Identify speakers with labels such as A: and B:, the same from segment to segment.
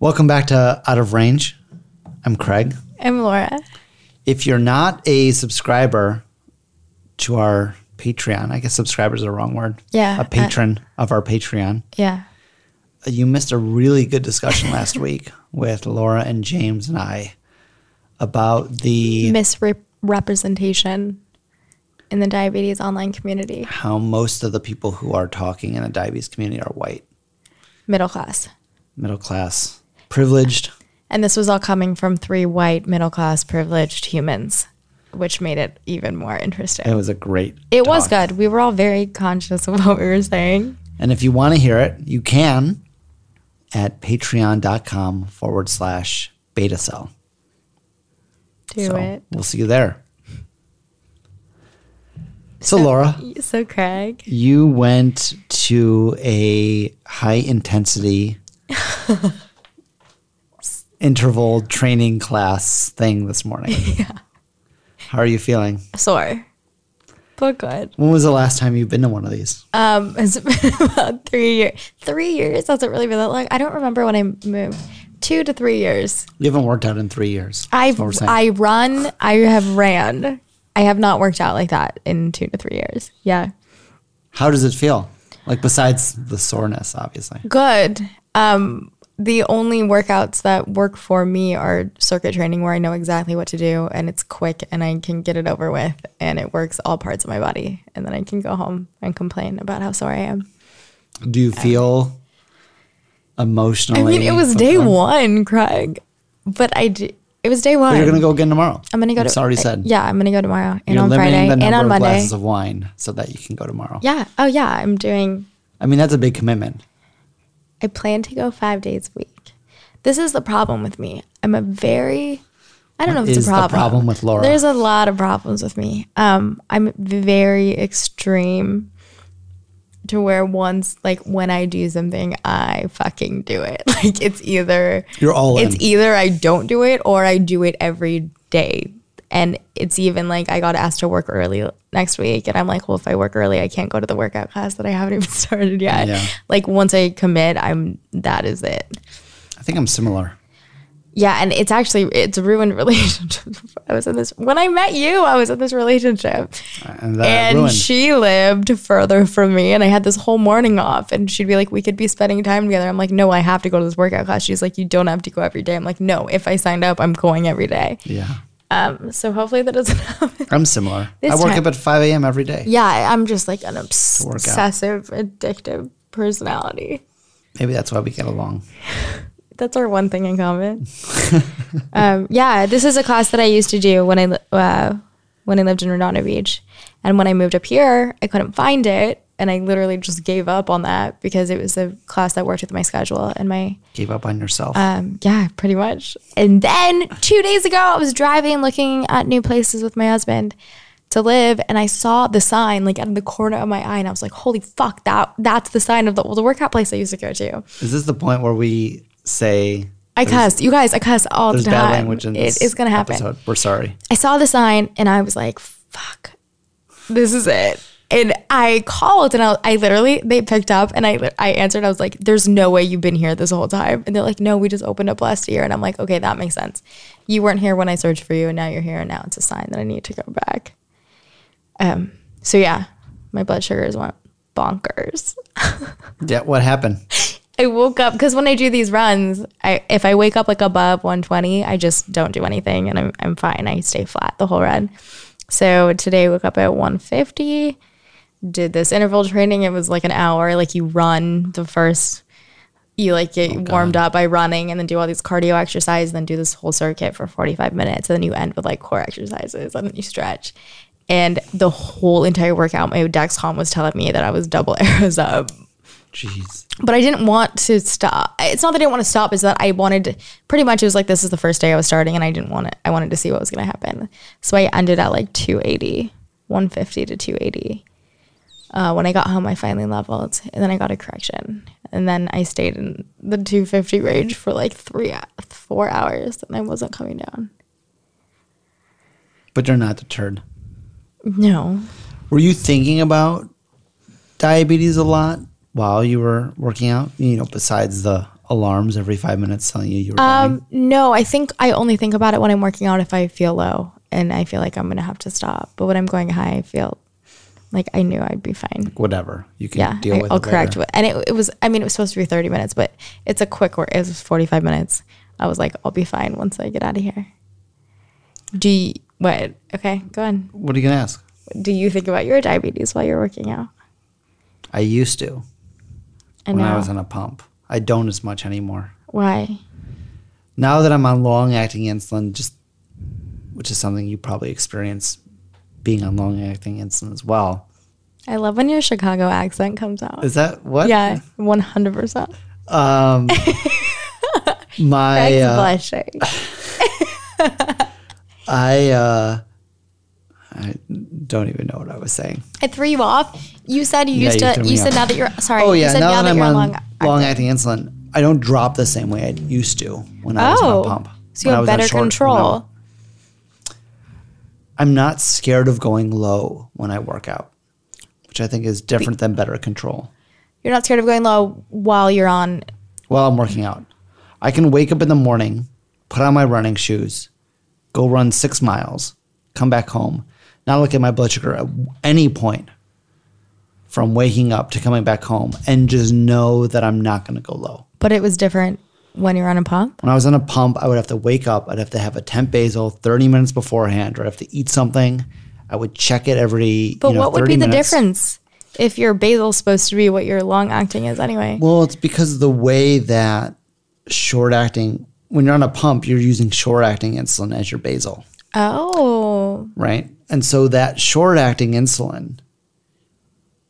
A: Welcome back to Out of Range. I'm Craig.
B: I'm Laura.
A: If you're not a subscriber to our Patreon, I guess subscribers is the wrong word.
B: Yeah,
A: A
B: uh,
A: patron of our Patreon.
B: Yeah.
A: You missed a really good discussion last week with Laura and James and I about the
B: Misrepresentation in the diabetes online community,
A: how most of the people who are talking in the diabetes community are white,
B: middle class.
A: middle class, privileged.
B: And this was all coming from three white, middle class, privileged humans, which made it even more interesting.
A: It was a great
B: It was
A: talk.
B: good. We were all very conscious of what we were saying.
A: And if you want to hear it, you can at patreon.com forward slash beta cell.
B: Do
A: So
B: it.
A: We'll see you there. So, Laura,
B: So, Craig,
A: you went to a high intensity interval training class thing this morning. Yeah. How are you feeling?
B: sore, but good.
A: When was the last time you've been to one of these?
B: Um, it's been about three years. Three years hasn't really been that long. I don't remember when I moved. Two to three years.
A: you haven't worked out in three years.
B: I
A: That's what we're saying.
B: I run. I have ran. I have not worked out like that in two to three years. Yeah,
A: How does it feel? Like, besides the soreness, obviously.
B: good. Um, the only workouts that work for me are circuit training, where I know exactly what to do and it's quick and I can get it over with, and it works all parts of my body, and then I can go home and complain about how sore I am.
A: Do you feel emotionally?
B: I mean, it was day one, Craig, but I d- it was day one.
A: You're gonna go again tomorrow.
B: I'm gonna go.
A: It's
B: to,
A: already said.
B: Yeah, I'm gonna go tomorrow and
A: You're
B: on
A: limiting
B: Friday
A: the number
B: and on
A: of
B: Monday.
A: glasses of wine so that you can go tomorrow.
B: Yeah. Oh yeah, I'm doing
A: I mean, that's a big commitment.
B: I plan to go five days a week. This is the problem with me. I'm a very, I don't know
A: What
B: if it's
A: is
B: a
A: the
B: problem.
A: problem with Laura?
B: There's a lot of problems with me. Um, I'm very extreme to where once, like when I do something, I fucking do it. Like it's either,
A: You're all
B: it's e-
A: in.
B: either I don't do it or I do it every day. And it's even like I got asked to work early next week. And I'm like, well, if I work early, I can't go to the workout class that I haven't even started yet.
A: Yeah.
B: Like once I commit, I'm that is it.
A: I think I'm similar.
B: Yeah. And it's actually, it's ruined relationship. I was in this, when I met you, I was in this relationship.
A: And that
B: and
A: ruined.
B: she lived further from me. And I had this whole morning off. And she'd be like, we could be spending time together. I'm like, no, I have to go to this workout class. She's like, you don't have to go every day. I'm like, no, if I signed up, I'm going every day.
A: yeah,
B: Um, so hopefully that doesn't happen.
A: I'm similar. I
B: This
A: work
B: time-
A: up at 5 a.m. every day.
B: Yeah. I- I'm just like an
A: work out.
B: obsessive, addictive personality.
A: Maybe that's why we get along.
B: That's our one thing in common. um, yeah, this is a class that I used to do when I li- uh, when I lived in Redondo Beach, and when I moved up here, I couldn't find it, and I literally just gave up on that because it was a class that worked with my schedule and my
A: Gave up on yourself.
B: um, yeah, pretty much. And then two days ago, I was driving, looking at new places with my husband to live, and I saw the sign like out of the corner of my eye, and I was like, "Holy fuck! That that's the sign of the, the workout place I used to go to."
A: Is this the point where we say
B: I cuss, you guys. I cuss all the
A: there's
B: time.
A: bad language in this
B: it is gonna happen.
A: episode? We're sorry.
B: I saw the sign and I was like, fuck, this is it. And I called and I, I literally, they picked up and I, li- I answered. I was like, there's no way you've been here this whole time. And they're like, no, we just opened up last year. And I'm like, okay, that makes sense. You weren't here when I searched for you and now you're here. And now it's a sign that I need to go back. Um, so yeah, my blood sugars went bonkers.
A: Yeah, what happened?
B: I woke up because when I do these runs, I if I wake up like above 120, I just don't do anything and I'm I'm fine. I stay flat the whole run. So today I woke up at 150, did this interval training. It was like an hour. Like you run the first you like get warmed up by running and then do all these cardio exercises and then do this whole circuit for 45 minutes and then you end with like core exercises and then you stretch and the whole entire workout my dexcom was telling me that i was double arrows up
A: Jeez.
B: but I didn't want to stop. It's not that I didn't want to stop, it's that I wanted to, pretty much it was like this is the first day I was starting and I didn't want it. I wanted to see what was going to happen. So I ended at like 280, 150 to 280. Uh, when I got home, I finally leveled and then I got a correction. And then I stayed in the 250 range for like three, four hours and I wasn't coming down.
A: But you're not deterred.
B: No.
A: Were you thinking about diabetes a lot while you were working out? You know, besides the alarms every five minutes telling you you were dying?
B: Um, no, I think I only think about it when I'm working out if I feel low and I feel like I'm gonna have to stop. But when I'm going high, I feel like I knew I'd be fine.
A: Whatever. You can
B: Yeah,
A: deal
B: I,
A: with
B: I'll
A: it
B: correct
A: later.
B: with. And it, it was, I mean, it was supposed to be 30 minutes, but it's a quick work. It was 45 minutes. I was like, I'll be fine once I get out of here. Do you, what? Okay, go on.
A: What are you going to ask?
B: Do you think about your diabetes while you're working out?
A: I used to
B: And
A: when
B: now,
A: I was on a pump. I don't as much anymore.
B: why?
A: Now that I'm on long acting insulin, just which is something you probably experience being on long acting insulin as well.
B: I love when your Chicago accent comes out.
A: Is that what?
B: yeah, 100%.
A: Um, my
B: Greg's
A: uh,
B: blushing.
A: I uh, I don't even know what I was saying.
B: I threw you off. You said you
A: Yeah,
B: used
A: you
B: to.
A: threw
B: You
A: me
B: said
A: off.
B: now that you're sorry.
A: Oh
B: you
A: yeah,
B: said
A: now that I'm
B: you're
A: on long,
B: long- uh,
A: acting insulin, I don't drop the same way I used to when I was on
B: Oh,
A: a pump.
B: so
A: When I
B: you have
A: was on
B: better
A: short- when I-
B: control.
A: I'm not scared of going low when I work out, which I think is different than better control.
B: You're not scared of going low while you're on.
A: While I'm working out, I can wake up in the morning, put on my running shoes, go run six miles, come back home, not look at my blood sugar at any point from waking up to coming back home, and just know that I'm not going to go low.
B: But it was different when you're on a pump.
A: When I was on a pump, I would have to wake up. I'd have to have a temp basil 30 minutes beforehand, or I'd have to eat something. I would check it every.
B: But
A: you know,
B: what would
A: 30
B: be the
A: minutes.
B: difference if your basal's supposed to be what your long acting is anyway?
A: Well, it's because of the way that short acting, when you're on a pump, you're using short acting insulin as your basal,
B: Oh,
A: right? And so that short acting insulin,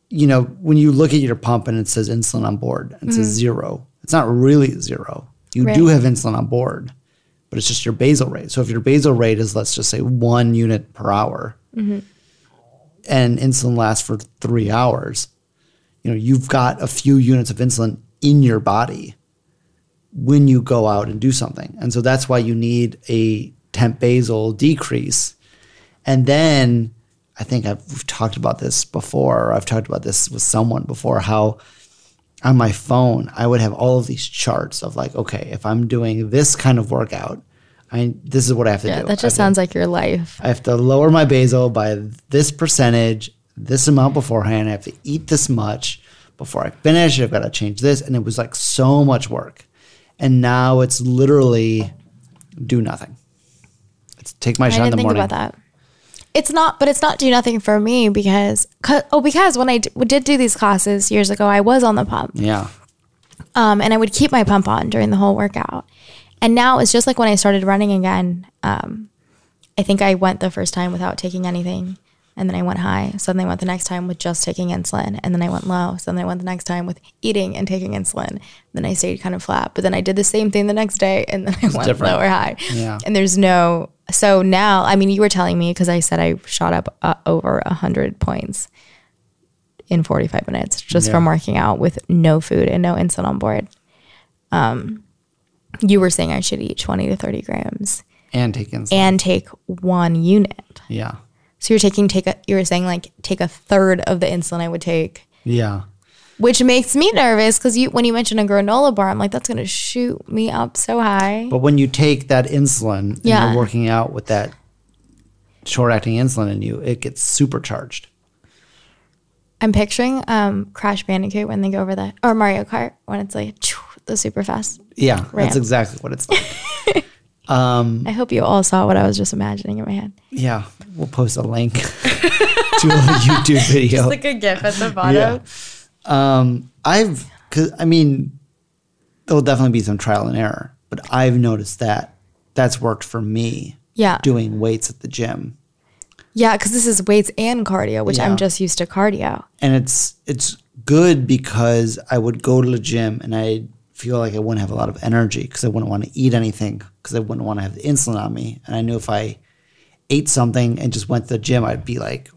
A: you know, when you look at your pump and it says insulin on board, it says zero. It's not really zero. You do
B: Right.
A: have insulin on board, but it's just your basal rate. So if your basal rate is, let's just say, one unit per hour, and insulin lasts for three hours, you know, you've got a few units of insulin in your body when you go out and do something. And so that's why you need a temp basal decrease. And then I think I've we've talked about this before, or I've talked about this with someone before, how on my phone, I would have all of these charts of like, okay, if I'm doing this kind of workout, I this is what I have to
B: yeah,
A: do.
B: that just
A: I have to
B: sounds like your life.
A: I have to lower my basal by this percentage, this amount beforehand. I have to eat this much before I finish. I've got to change this. And it was like so much work. And now it's literally do nothing. It's take my
B: I
A: shot in
B: didn't
A: the
B: think
A: morning.
B: about that. It's not, but it's not do nothing for me because, 'cause- oh, because when I d- did do these classes years ago, I was on the pump.
A: Yeah.
B: um, and I would keep my pump on during the whole workout. And now it's just like when I started running again. Um, I think I went the first time without taking anything, and then I went high. So then I went the next time with just taking insulin, and then I went low. So then I went the next time with eating and taking insulin. Then I stayed kind of flat, but then I did the same thing the next day, and then I went
A: different.
B: low or high.
A: Yeah.
B: And there's no so now. I mean, you were telling me because I said I shot up uh, over hundred points in 45 minutes just from working out with no food and no insulin on board. Um, you were saying I should eat 20 to 30 grams
A: And take insulin.
B: and take one unit.
A: yeah.
B: So you're taking take a, you were saying like take a third of the insulin I would take,
A: Yeah.
B: which makes me nervous because you when you mentioned a granola bar, I'm like that's gonna shoot me up so high.
A: But when you take that insulin and
B: Yeah.
A: you're working out with that short acting insulin in you, it gets supercharged.
B: I'm picturing um Crash Bandicoot when they go over the or Mario Kart when it's like the super fast.
A: Yeah.
B: Ramp.
A: That's exactly what it's like. Mm-hmm.
B: I hope you all saw what I was just imagining in my head.
A: yeah. We'll post a link to a YouTube video.
B: like a gif at the bottom.
A: Yeah. Um, I've, cause, I mean, there'll definitely be some trial and error, but I've noticed that that's worked for me
B: Yeah.
A: doing weights at the gym.
B: Yeah, because this is weights and cardio, which
A: Yeah.
B: I'm just used to cardio.
A: And it's, it's good because I would go to the gym and I feel like I wouldn't have a lot of energy because I wouldn't want to eat anything because I wouldn't want to have the insulin on me. And I knew if I ate something and just went to the gym, I'd be like,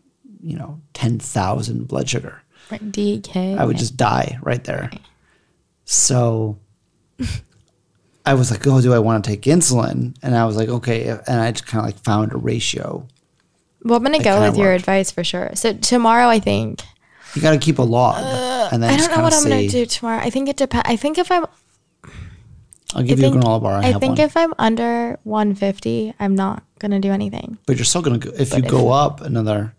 A: you know, 10,000 blood sugar.
B: Right, DK.
A: I would just die right there. So I was like, oh, do I want to take insulin? And I was like, okay. And I just kind of like found a ratio.
B: well, I'm gonna go
A: kinda
B: with your
A: worked.
B: advice for sure. So tomorrow, I think
A: You got to keep a log. and then
B: Uh, I
A: just
B: don't
A: kind
B: know what
A: of
B: I'm gonna
A: see.
B: do tomorrow. I think it depends. I think if I'm
A: I'll give
B: I
A: you
B: think-
A: a granola bar. I,
B: I
A: have
B: think
A: one.
B: if I'm under 150, I'm not gonna do anything.
A: but you're still gonna go if you
B: if-
A: go up another.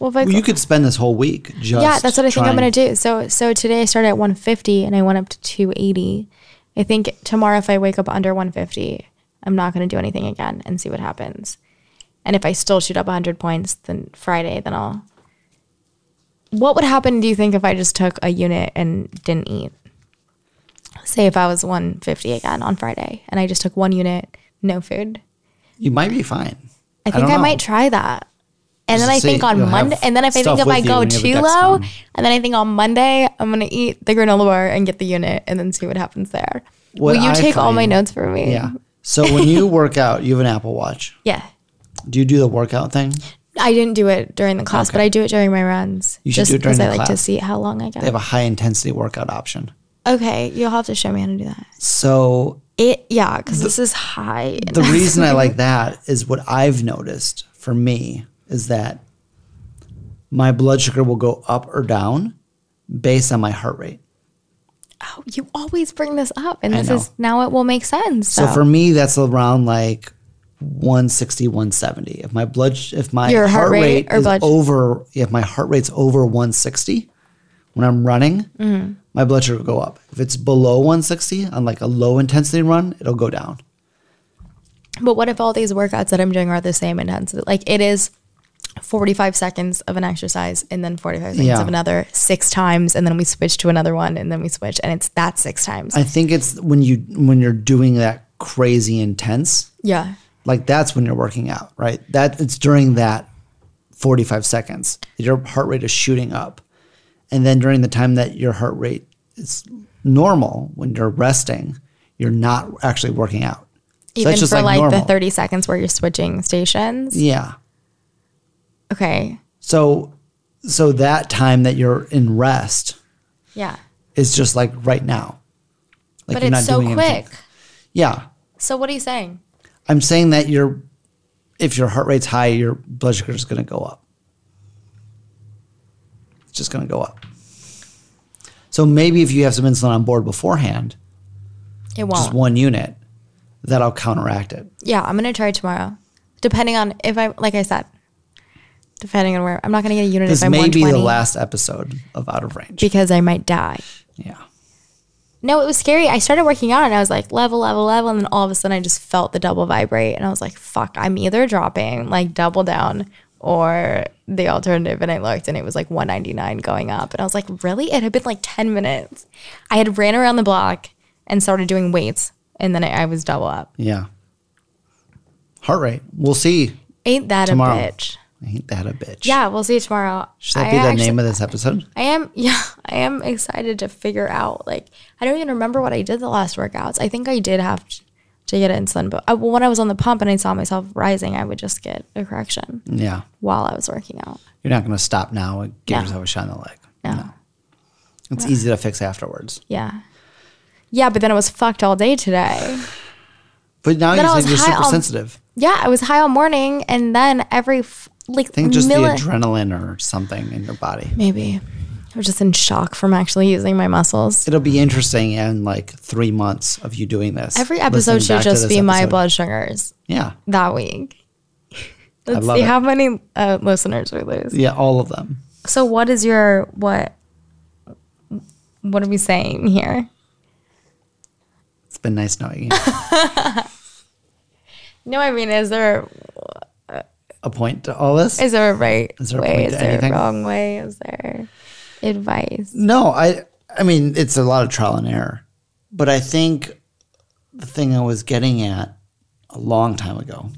B: Well, if I
A: Well,
B: go-
A: you could spend this whole week just.
B: yeah, that's what I think I'm gonna
A: trying-
B: do. So so today I started at 150 and I went up to 280. I think tomorrow if I wake up under 150, I'm not gonna do anything again and see what happens. And if I still shoot up 100 points, then Friday, then I'll. What would happen? Do you think if I just took a unit and didn't eat? Say if I was 150 again on Friday and I just took one unit, no food.
A: You might be fine.
B: I think
A: don't
B: I,
A: know.
B: might try that. And
A: Just
B: then
A: to
B: I think
A: see,
B: on
A: you'll have
B: Monday, and then if I
A: stuff
B: think if
A: with
B: I
A: you
B: go
A: when you have a
B: too
A: Dexcom.
B: low, and then I think on Monday I'm gonna eat the granola bar and get the unit, and then see what happens there.
A: What
B: Will you
A: I
B: take all my
A: find-
B: notes for me?
A: Yeah. So when you work out, you have an Apple Watch.
B: yeah.
A: Do you do the workout thing?
B: I didn't do it during the class, but I do it during my runs.
A: You should
B: just
A: do it during
B: because I
A: the
B: like to
A: class.
B: see how long I
A: They have
B: get.
A: a high intensity workout option.
B: Okay, you'll have to show me how to do that.
A: So
B: It yeah, because this is high.
A: the reason I like that is what I've noticed for me is that my blood sugar will go up or down based on my heart rate.
B: oh, you always bring this up, and
A: I
B: this
A: know.
B: is now it will make sense.
A: So
B: So,
A: for me, that's around like 160, 170. If my blood, sh- if my
B: Your
A: heart,
B: heart rate
A: rate,
B: or
A: is
B: blood sh-
A: over, if my heart rate's over 160 when I'm running,
B: Mm-hmm.
A: my blood sugar will go up. If it's below 160 on like a low intensity run, it'll go down.
B: But what if all these workouts that I'm doing are the same intensity? Like it is 45 seconds of an exercise and then 45 seconds
A: Yeah.
B: of another six times and then we switch to another one and then we switch and it's that six times.
A: I think it's when you when you're doing that crazy intense,
B: yeah.
A: like that's when you're working out, right? That it's during that 45 seconds. Your heart rate is shooting up. And then during the time that your heart rate is normal when you're resting, you're not actually working out. So
B: Even
A: that's just
B: for like,
A: like, normal.
B: the 30 seconds where you're switching stations.
A: yeah.
B: Okay.
A: So so that time that you're in rest
B: Yeah.
A: is just like right now. Like
B: but it's so quick.
A: anything. Yeah.
B: So what are you saying?
A: I'm saying that your if your heart rate's high, your blood sugar is going to go up. It's just going to go up. So maybe if you have some insulin on board beforehand,
B: It won't.
A: just one unit, that'll counteract it.
B: yeah, I'm going to try tomorrow. Depending on if I, like I said, depending on where, I'm not going to get a unit if
A: This
B: I'm
A: may be
B: 120
A: the last episode of Out of Range.
B: because I might die.
A: yeah.
B: No, it was scary. I started working out and I was like level, level, level, and then all of a sudden I just felt the double vibrate and I was like, fuck, I'm either dropping like double down or the alternative. And I looked and it was like 199 going up. And I was like, really? It had been like 10 minutes. I had ran around the block and started doing weights and then I I was double up.
A: Yeah. Heart rate. We'll see.
B: Ain't that
A: Tomorrow.
B: a bitch?
A: Ain't that a bitch?
B: Yeah, we'll see you tomorrow.
A: Should that
B: I
A: be the
B: actually-
A: name of this episode?
B: I am, yeah, I am excited to figure out. Like, I don't even remember what I did the last workouts. I think I did have t- to get insulin, but I, well, when I was on the pump and I saw myself rising, I would just get a correction
A: Yeah.
B: while I was working out.
A: You're not going to stop now and give
B: No.
A: yourself a shot in the leg.
B: No.
A: It's easy to fix afterwards.
B: Yeah. Yeah, but then I was fucked all day today.
A: But now
B: Then I
A: you
B: was
A: think you're
B: high
A: super
B: on-
A: sensitive.
B: Yeah, I was high all morning and then every, f-
A: I
B: like,
A: think just
B: milli-
A: the adrenaline or something in your body.
B: maybe. I was just in shock from actually using my muscles.
A: It'll be interesting in like three months of you doing this.
B: Every episode
A: Listening
B: should
A: back to
B: just
A: this
B: be my
A: episode.
B: blood sugars
A: Yeah.
B: that week. Let's
A: love
B: see
A: it.
B: how many uh, listeners we lose.
A: Yeah, all of them.
B: So what is your what? What are we saying here?
A: It's been nice knowing you.
B: No, I mean, is there
A: a point to all this?
B: is there a right
A: Is there a
B: way?
A: point
B: Is
A: to
B: there
A: anything?
B: a wrong way? Is there advice?
A: No, I I mean it's a lot of trial and error. But I think the thing I was getting at a long time ago.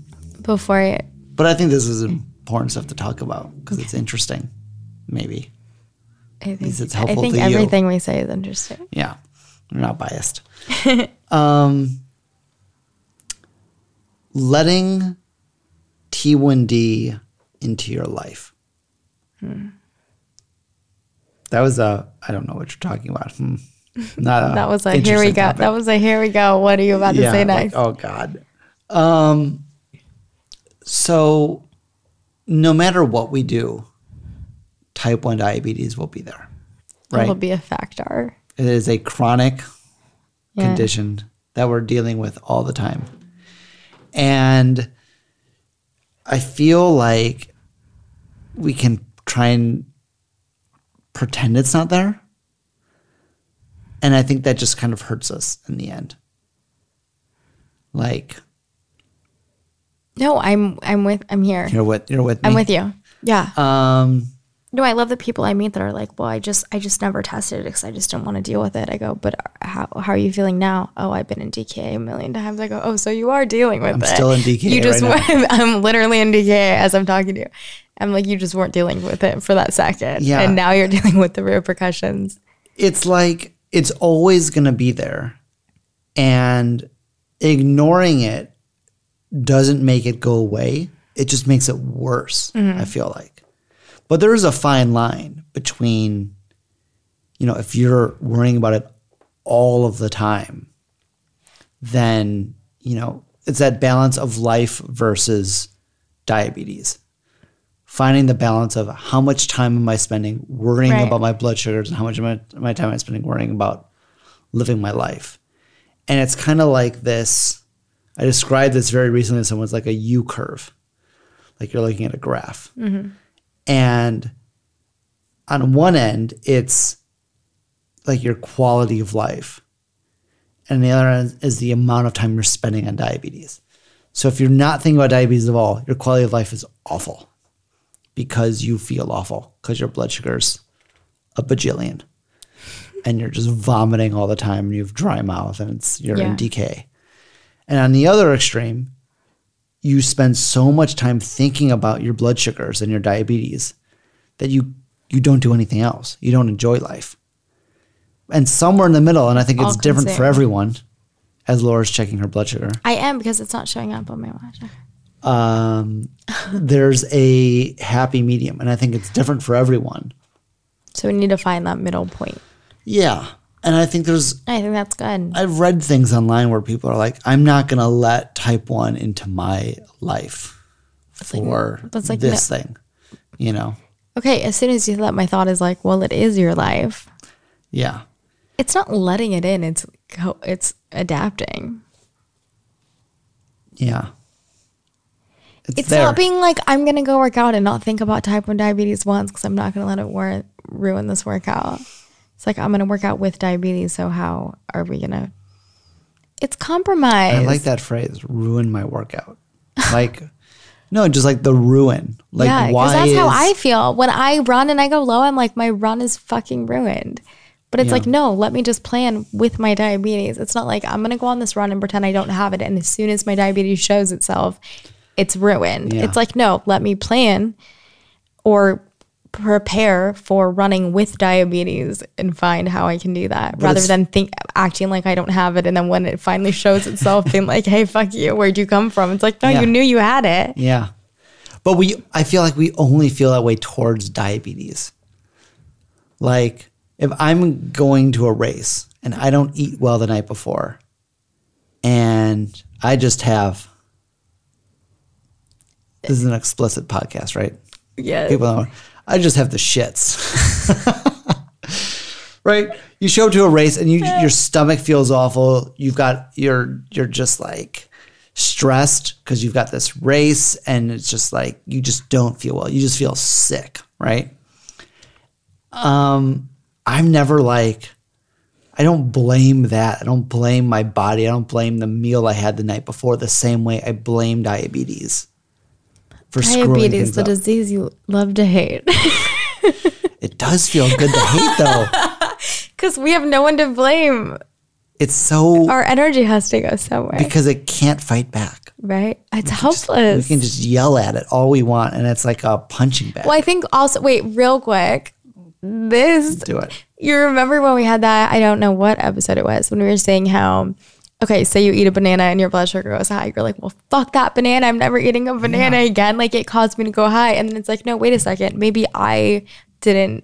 B: Before it,
A: But I think this is important stuff to talk about because it's interesting. Maybe.
B: I think,
A: Is it's
B: I
A: helpful
B: think
A: to you? Ah,
B: everything we say is interesting.
A: Yeah, I'm not biased. um, letting T1D into your life.
B: Hmm.
A: That was a, I don't know what you're talking about. Hmm. Not a
B: That was a here we
A: interesting
B: go.
A: topic.
B: That was a here we go. What are you about to say
A: like,
B: next?
A: oh God. Um, so no matter what we do, type 1 diabetes will be there. Right?
B: It'll be a factor.
A: It is a chronic
B: Yeah.
A: condition that we're dealing with all the time. And I feel like we can try and pretend it's not there. And I think that just kind of hurts us in the end. Like,
B: No, I'm I'm with I'm here.
A: you're with you're with me.
B: I'm with you. Yeah.
A: um
B: No, I love the people I meet that are like, well, I just I just never tested it because I just didn't want to deal with it. I go, but uh, how, how are you feeling now? Oh, I've been in DK a million times. I go, oh, so you are dealing with it.
A: still in DKA
B: You just
A: right
B: weren't- I'm literally in DK as I'm talking to you. I'm like, you just weren't dealing with it for that second,
A: Yeah.
B: and now you're dealing with the repercussions.
A: it's like it's always going to be there and ignoring it doesn't make it go away it just makes it worse i feel like but there is a fine line between you know if you're worrying about it all of the time then you know it's that balance of life versus diabetes finding the balance of how much time am i spending worrying
B: Right.
A: about my blood sugars and how much of my, my time i'm spending worrying about living my life and it's kind of like this i described this very recently to someone's like a u curve like you're looking at a graph and on one end it's like your quality of life and the other end is the amount of time you're spending on diabetes. So if you're not thinking about diabetes at all, your quality of life is awful because you feel awful because your blood sugar's a bajillion and you're just vomiting all the time and you have dry mouth and it's you're
B: Yeah.
A: in decay. And on the other extreme, you spend so much time thinking about your blood sugars and your diabetes that you you don't do anything else. You don't enjoy life. And somewhere in the middle, and I think it's different for
B: All-consuming.
A: everyone, as Laura's checking her blood sugar.
B: I am because it's not showing up on my watch.
A: Um, there's a happy medium, and I think it's different for everyone.
B: So we need to find that middle point.
A: Yeah, and I think there's
B: I think that's good.
A: I've read things online where people are like, I'm not gonna let type one into my life for
B: that's like
A: this thing, you know?
B: Okay, as soon as you let my thought is like, well, it is your life.
A: Yeah,
B: It's not letting it in. It's co- it's adapting.
A: yeah. It's,
B: It's
A: there.
B: not being like I'm gonna go work out and not think about type one diabetes once because I'm not gonna let it war- ruin this workout. It's like I'm gonna work out with diabetes, so how are we gonna? It's compromise.
A: I like that phrase, ruin my workout. Like, no, just like the ruin. Like,
B: yeah,
A: why?
B: because that's how
A: is-
B: I feel when I run and I go low. I'm like my run is fucking ruined. But it's like no, let me just plan with my diabetes. It's not like I'm gonna go on this run and pretend I don't have it, and as soon as my diabetes shows itself, it's ruined.
A: Yeah.
B: It's like no, let me plan or prepare for running with diabetes and find how I can do that rather
A: it's-
B: than think acting like I don't have it and then when it finally shows itself being like hey fuck you where'd you come from it's like no
A: Yeah.
B: you knew you had it
A: Yeah. But we I feel like we only feel that way towards diabetes. Like if I'm going to a race and I don't eat well the night before and I just have this is an explicit podcast, right?
B: yeah
A: People don't I just have the shits. right? You show up to a race and you your stomach feels awful. You've got you're you're just like stressed because you've got this race and it's just like you just don't feel well. You just feel sick, right? Um I'm never like I don't blame that. I don't blame my body. I don't blame the meal I had the night before the same way I blame diabetes for screwing
B: Diabetes,
A: things
B: the
A: up.
B: disease you love to hate.
A: It does feel good to hate though.
B: Because we have no one to blame.
A: It's so
B: Our energy has to go somewhere,
A: because it can't fight back.
B: right? It's
A: We
B: helpless.
A: can just yell at it all we want, and it's like a punching bag.
B: well, I think also, wait, real quick. This,
A: Do it.
B: you remember when we had that? I don't know what episode it was when we were saying how, okay, say you eat a banana and your blood sugar goes high. You're like, well, fuck that banana. I'm never eating a banana again. Like, it caused me to go high. And then it's like, no, wait a second. Maybe I didn't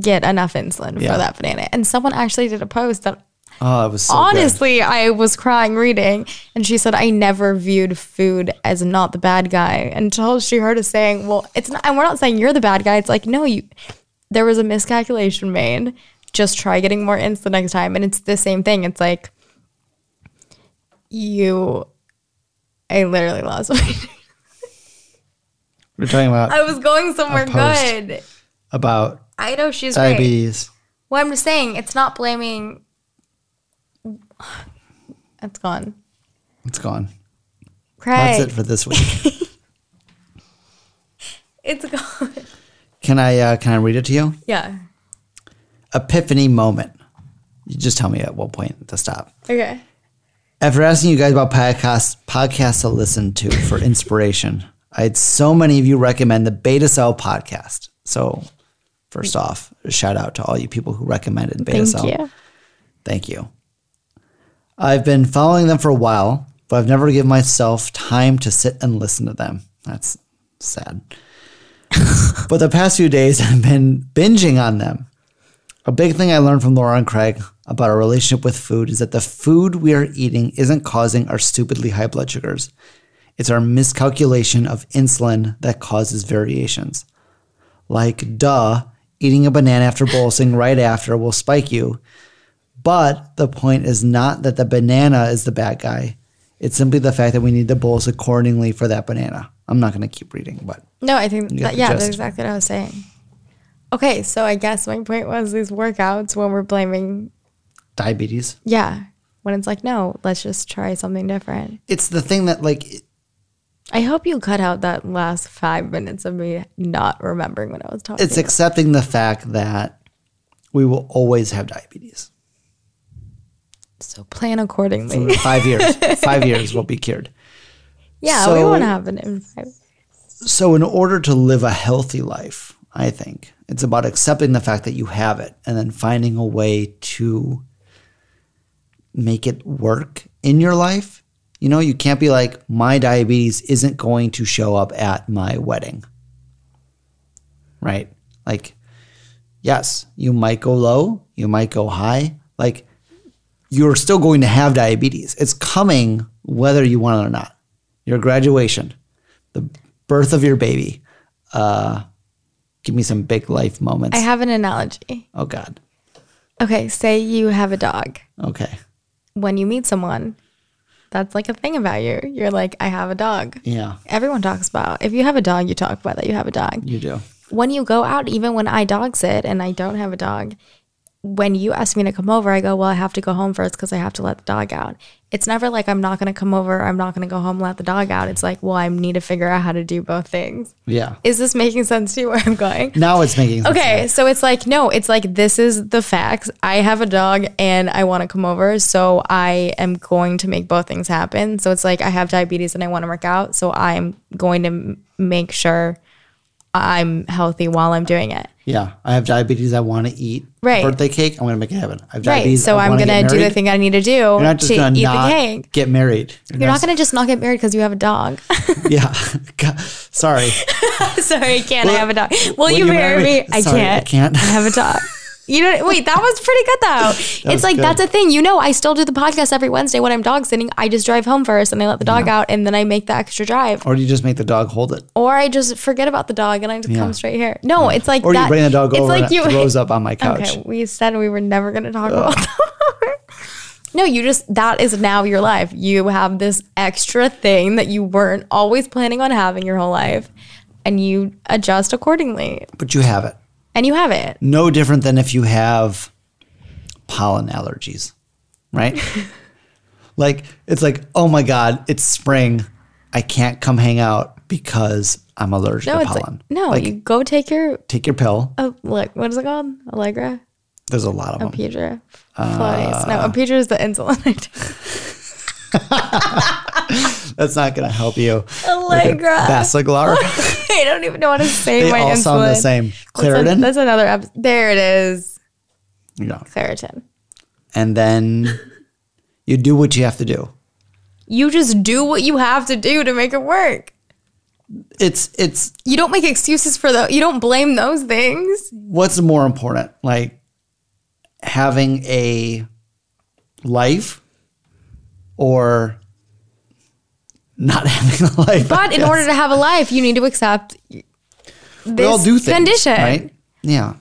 B: get enough insulin
A: Yeah.
B: for that banana. And someone actually did a post that
A: Oh, it was so good.
B: honestly i was crying reading and she said i never viewed food as not the bad guy until she heard us saying well it's not and we're not saying you're the bad guy it's like no you there was a miscalculation made just try getting more insulin next time and it's the same thing it's like you, I literally lost my.
A: We're talking about
B: I was going somewhere
A: post.
B: good.
A: about
B: I know she's right.
A: diabetes.
B: Well, I'm just saying it's not blaming. It's gone.
A: It's gone.
B: Craig,
A: That's it for this week.
B: it's gone.
A: can I uh, can I read it to you?
B: yeah.
A: Epiphany moment. You just tell me at what point to stop.
B: Okay.
A: After asking you guys about podcasts, podcasts to listen to for inspiration, I had so many of you recommend the Beta Cell podcast. So, first off, a shout out to all you people who recommended Beta
B: Thank
A: Cell.
B: you.
A: Thank you. I've been following them for a while, but I've never given myself time to sit and listen to them. That's sad. but the past few days, I've been binging on them. A big thing I learned from Laura and Craig about our relationship with food is that the food we are eating isn't causing our stupidly high blood sugars. It's our miscalculation of insulin that causes variations. Like, duh, eating a banana after bolusing right after will spike you, but the point is not that the banana is the bad guy. It's simply the fact that we need the bowls accordingly for that banana. I'm not going to keep reading, but
B: No, I think
A: got
B: that,
A: the
B: yeah, that's
A: gist.
B: exactly what I was saying. Okay, so I guess my point was these workouts when we're blaming,
A: diabetes.
B: yeah, when it's like, no, let's just try something different.
A: It's the thing that, like,
B: I hope you cut out that last five minutes of me not remembering what I was talking.
A: it's accepting the fact that we will always have diabetes.
B: so plan accordingly.
A: In five years, five years we'll be cured.
B: Yeah, we
A: So-
B: won't have an in five.
A: So, in order to live a healthy life, I think it's about accepting the fact that you have it and then finding a way to make it work in your life. You know, you can't be like, my diabetes isn't going to show up at my wedding. Right? Like, yes, you might go low, you might go high. Like, you're still going to have diabetes. It's coming whether you want it or not. Your graduation, the birth of your baby. Uh, give me some big life moments.
B: I have an analogy.
A: oh, God.
B: Okay, say you have a dog.
A: Okay.
B: When you meet someone, that's like a thing about you. You're like, I have a dog.
A: Yeah,
B: Everyone talks about if you have a dog, you talk about that you have a dog.
A: you do.
B: when you go out, even when I dog sit and I don't have a dog, when you ask me to come over, I go, Well, I have to go home first because I have to let the dog out. It's never like I'm not going to come over, I'm not going to go home, let the dog out. It's like, Well, I need to figure out how to do both things.
A: Yeah.
B: Is this making sense to you where I'm going?
A: Now it's making sense.
B: Okay, so it's like, No, it's like, this is the facts. I have a dog and I want to come over. So I am going to make both things happen. So it's like, I have diabetes and I want to work out. So I'm going to m- make sure. I'm healthy while I'm doing it.
A: Yeah, I have diabetes. I want to eat
B: Right.
A: birthday cake. I'm gonna make it happen. I have
B: Right.
A: diabetes.
B: So
A: I
B: I'm
A: wanna get
B: gonna do the
A: married.
B: thing I need to do
A: You're not just
B: to
A: gonna
B: eat
A: not
B: the cake.
A: get married.
B: You're not gonna just not get married because you have a dog.
A: Yeah. God, Sorry.
B: Sorry, I can't. I have a dog. Will
A: will
B: you marry me? I
A: Sorry,
B: can't.
A: I can't.
B: I have a dog. You know, wait, that was pretty good though.
A: was
B: it's like
A: good.
B: that's a thing. You know, I still do the podcast every Wednesday when I'm dog sitting. I just drive home first and I let the dog out and then I make the extra drive.
A: or do you just make the dog hold it?
B: Or I just forget about the dog and I just
A: Yeah.
B: come straight here. No, it's like
A: Or
B: that.
A: you bring the dog
B: it's
A: over
B: like
A: and
B: you
A: it throws up on my couch.
B: Okay, we said we were never going to talk about that. no, you just, that is now your life. You have this extra thing that you weren't always planning on having your whole life, and you adjust accordingly,
A: But you have it.
B: and you have it.
A: No different than if you have pollen allergies, right? like it's like, oh my god, it's spring. I can't come hang out because I'm allergic
B: No,
A: to
B: it's like-
A: pollen.
B: no,
A: Like,
B: you go take your,
A: take your pill.
B: oh, look, what is it called? Allegra?
A: There's a lot of them.
B: Pedra? Flores?
A: Uh.
B: No, Pedra is the insulin.
A: That's not going to help you.
B: Allegra.
A: Basaglar.
B: I don't even know how to say
A: They
B: my
A: all
B: insulin.
A: sound the same.
B: That's, an-
A: Claritin.
B: that's another episode. There it is.
A: yeah.
B: Claritin.
A: And then you do what you have to do.
B: You just do what you have to do to make it work.
A: It's it's
B: you don't make excuses for the you don't blame those things
A: what's more important, like having a life or not having a life.
B: but in order to have a life you need to accept this
A: we all do things,
B: condition
A: right? Yeah.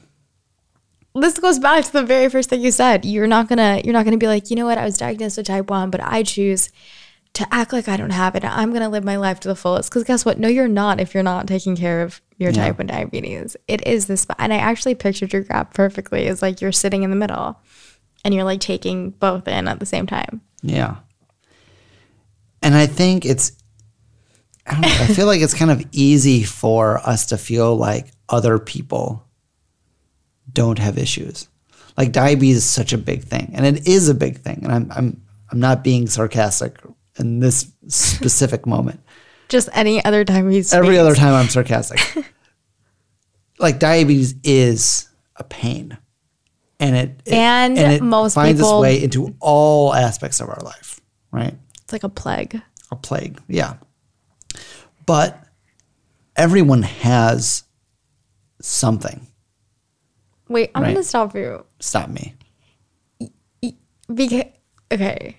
B: this goes back to the very first thing you said you're not gonna you're not gonna be like you know what i was diagnosed with type 1 but i choose to act like I don't have it. I'm going to live my life to the fullest. Because guess what? No, you're not if you're not taking care of your
A: Yeah.
B: type 1 diabetes. It is this. And I actually pictured your graph perfectly. It's like you're sitting in the middle and you're like taking both in at the same time.
A: Yeah. And I think it's, I don't know, I feel like it's kind of easy for us to feel like other people don't have issues. Like diabetes is such a big thing, and it is a big thing. And I'm, I'm, I'm not being sarcastic in this specific moment.
B: Just any other time you speak.
A: Every other time I'm sarcastic. like diabetes is a pain, and it, it-
B: And most
A: finds
B: people-
A: its way into all aspects of our life, right?
B: It's like a plague.
A: a plague. Yeah. But everyone has something.
B: Wait, I'm
A: Right.
B: going to stop you.
A: Stop me.
B: Because, okay.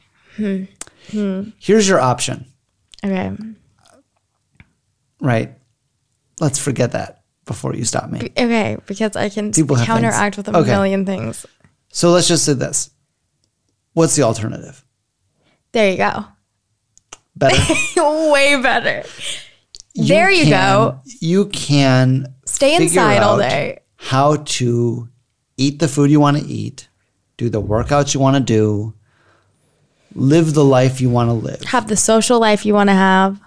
A: Here's your option,
B: Okay.
A: right? Let's forget that before you stop me.
B: Okay. Because I can
A: People have things.
B: counteract with a
A: Okay.
B: million things.
A: So let's just say this. What's the alternative?
B: There you go.
A: Better.
B: Way better. there you go.
A: can- You can
B: Stay
A: figure
B: inside all
A: out
B: day.
A: How to eat the food you want to eat, do the workouts you want to do, live the life you want to live,
B: Have the social life you want to have.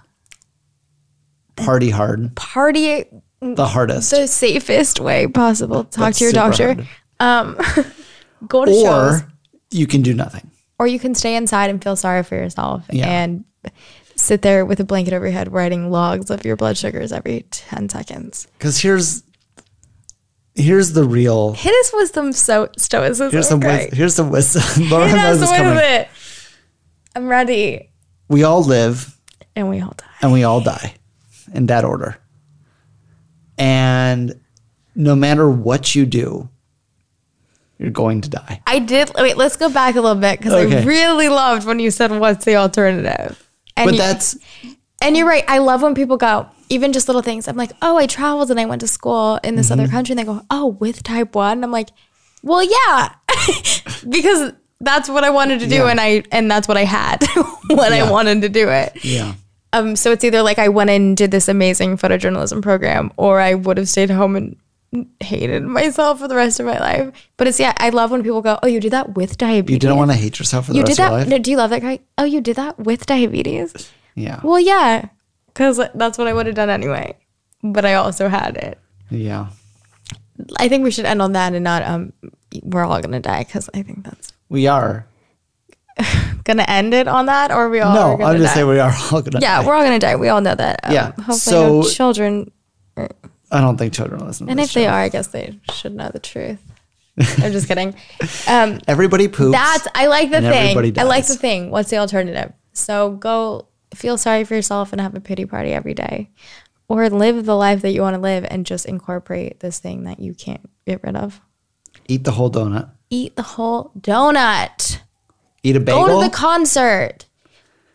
A: party hard,
B: Party
A: the hardest.
B: the safest way possible. Talk
A: That's
B: to your
A: super
B: doctor.
A: hard.
B: Um, go to shows.
A: or you can do nothing.
B: Or you can stay inside and feel sorry for yourself
A: Yeah.
B: and sit there with a blanket over your head writing logs of your blood sugars every 10 seconds.
A: Because here's here's the real
B: Hit us with some so- stoicism.
A: here's some
B: Greg.
A: wis- here's some wisdom. Laura
B: Hit us
A: knows
B: with
A: it's coming.
B: it. I'm ready.
A: We all live
B: And we all die.
A: and we all die in that order. And no matter what you do, you're going to die.
B: I did. Wait, let's go back a little bit because I
A: Okay.
B: really loved when you said, What's the alternative? And
A: But
B: you-
A: that's
B: And you're right. I love when people go, even just little things. I'm like, oh, I traveled and I went to school in this
A: Mm-hmm.
B: other country. And they go, oh, with type one. And I'm like, well, yeah, because that's what I wanted to do.
A: Yeah.
B: And I, and that's what I had when I
A: Yeah.
B: wanted to do it.
A: yeah.
B: Um, so it's either like I went and did this amazing photojournalism program, or I would have stayed home and hated myself for the rest of my life. But it's, yeah, I love when people go, oh, you did that with diabetes.
A: You didn't want to hate yourself for the
B: You did
A: rest of your
B: that.
A: life.
B: No, do you love that guy? Oh, you did that with diabetes?
A: Yeah.
B: Well, yeah, because that's what I would have done anyway. But I also had it.
A: Yeah.
B: I think we should end on that and not um, we're all gonna die because I think that's
A: We are.
B: gonna end it on that. Or we all are
A: No,
B: Oh, gonna
A: I'm just
B: die.
A: saying we are all gonna
B: yeah,
A: die.
B: we're all gonna die. We all know that. Um,
A: Yeah,
B: Hopefully, no
A: so-
B: children.
A: I don't think children listen to
B: And
A: this
B: if they
A: show.
B: are, I guess they should know the truth. I'm just kidding. Um,
A: Everybody poops.
B: that's I like the
A: And everybody
B: thing. I like
A: dies.
B: the thing. What's the alternative? So go feel sorry for yourself and have a pity party every day, or live the life that you want to live and just incorporate this thing that you can't get rid of.
A: eat the whole donut.
B: Eat the whole donut.
A: Eat a bagel.
B: Go to the concert.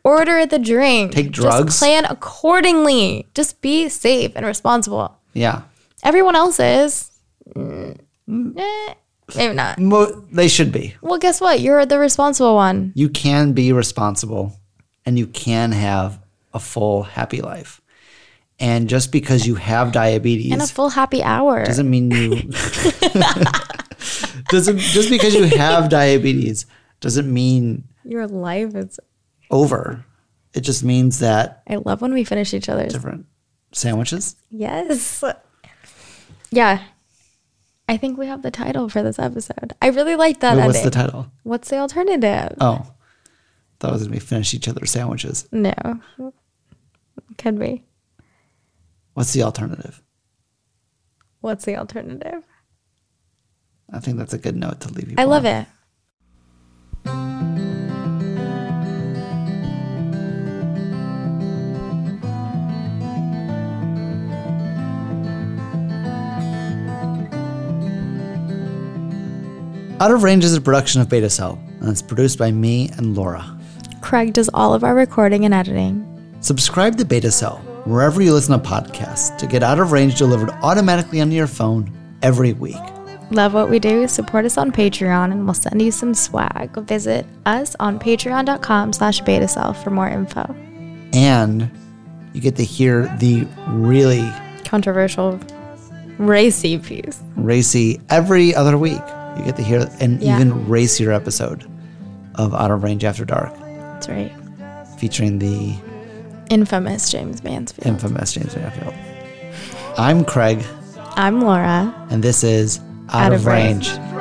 B: Order the drink.
A: Take drugs.
B: Just plan accordingly. Just be safe and responsible.
A: yeah.
B: Everyone else is. Mm, eh, maybe not.
A: Mo- they should be.
B: Well, guess what? You're the responsible one.
A: You can be responsible and you can have a full happy life. And just because you have diabetes
B: And a full happy hour.
A: doesn't mean you doesn't just because you have diabetes doesn't mean
B: Your life is.
A: over. It just means that
B: I love when we finish each other's.
A: different sandwiches.
B: Yes. Yeah. I think we have the title for this episode. I really like that
A: Wait,
B: ending.
A: what's the title?
B: What's the alternative?
A: Oh. That was gonna be finish each other's sandwiches.
B: No. Could be.
A: What's the alternative?
B: What's the alternative?
A: I think that's a good note to leave you.
B: I
A: on.
B: love it.
A: Out of Range is a production of Beta Cell, and it's produced by me and Laura.
B: Craig does all of our recording and editing.
A: Subscribe to Beta Cell wherever you listen to podcasts to get Out of Range delivered automatically onto your phone every week.
B: love what we do, support us on Patreon and we'll send you some swag. Visit us on patreon.com slash betacell for more info.
A: And you get to hear the really
B: Controversial E racy piece.
A: racy every other week. You get to hear an
B: Yeah.
A: even racier episode of Out of Range After Dark
B: That's right.
A: featuring the
B: Infamous James Mansfield.
A: infamous James Mayfield. I'm Craig,
B: I'm Laura.
A: and this is Out,
B: Out
A: of,
B: of
A: range.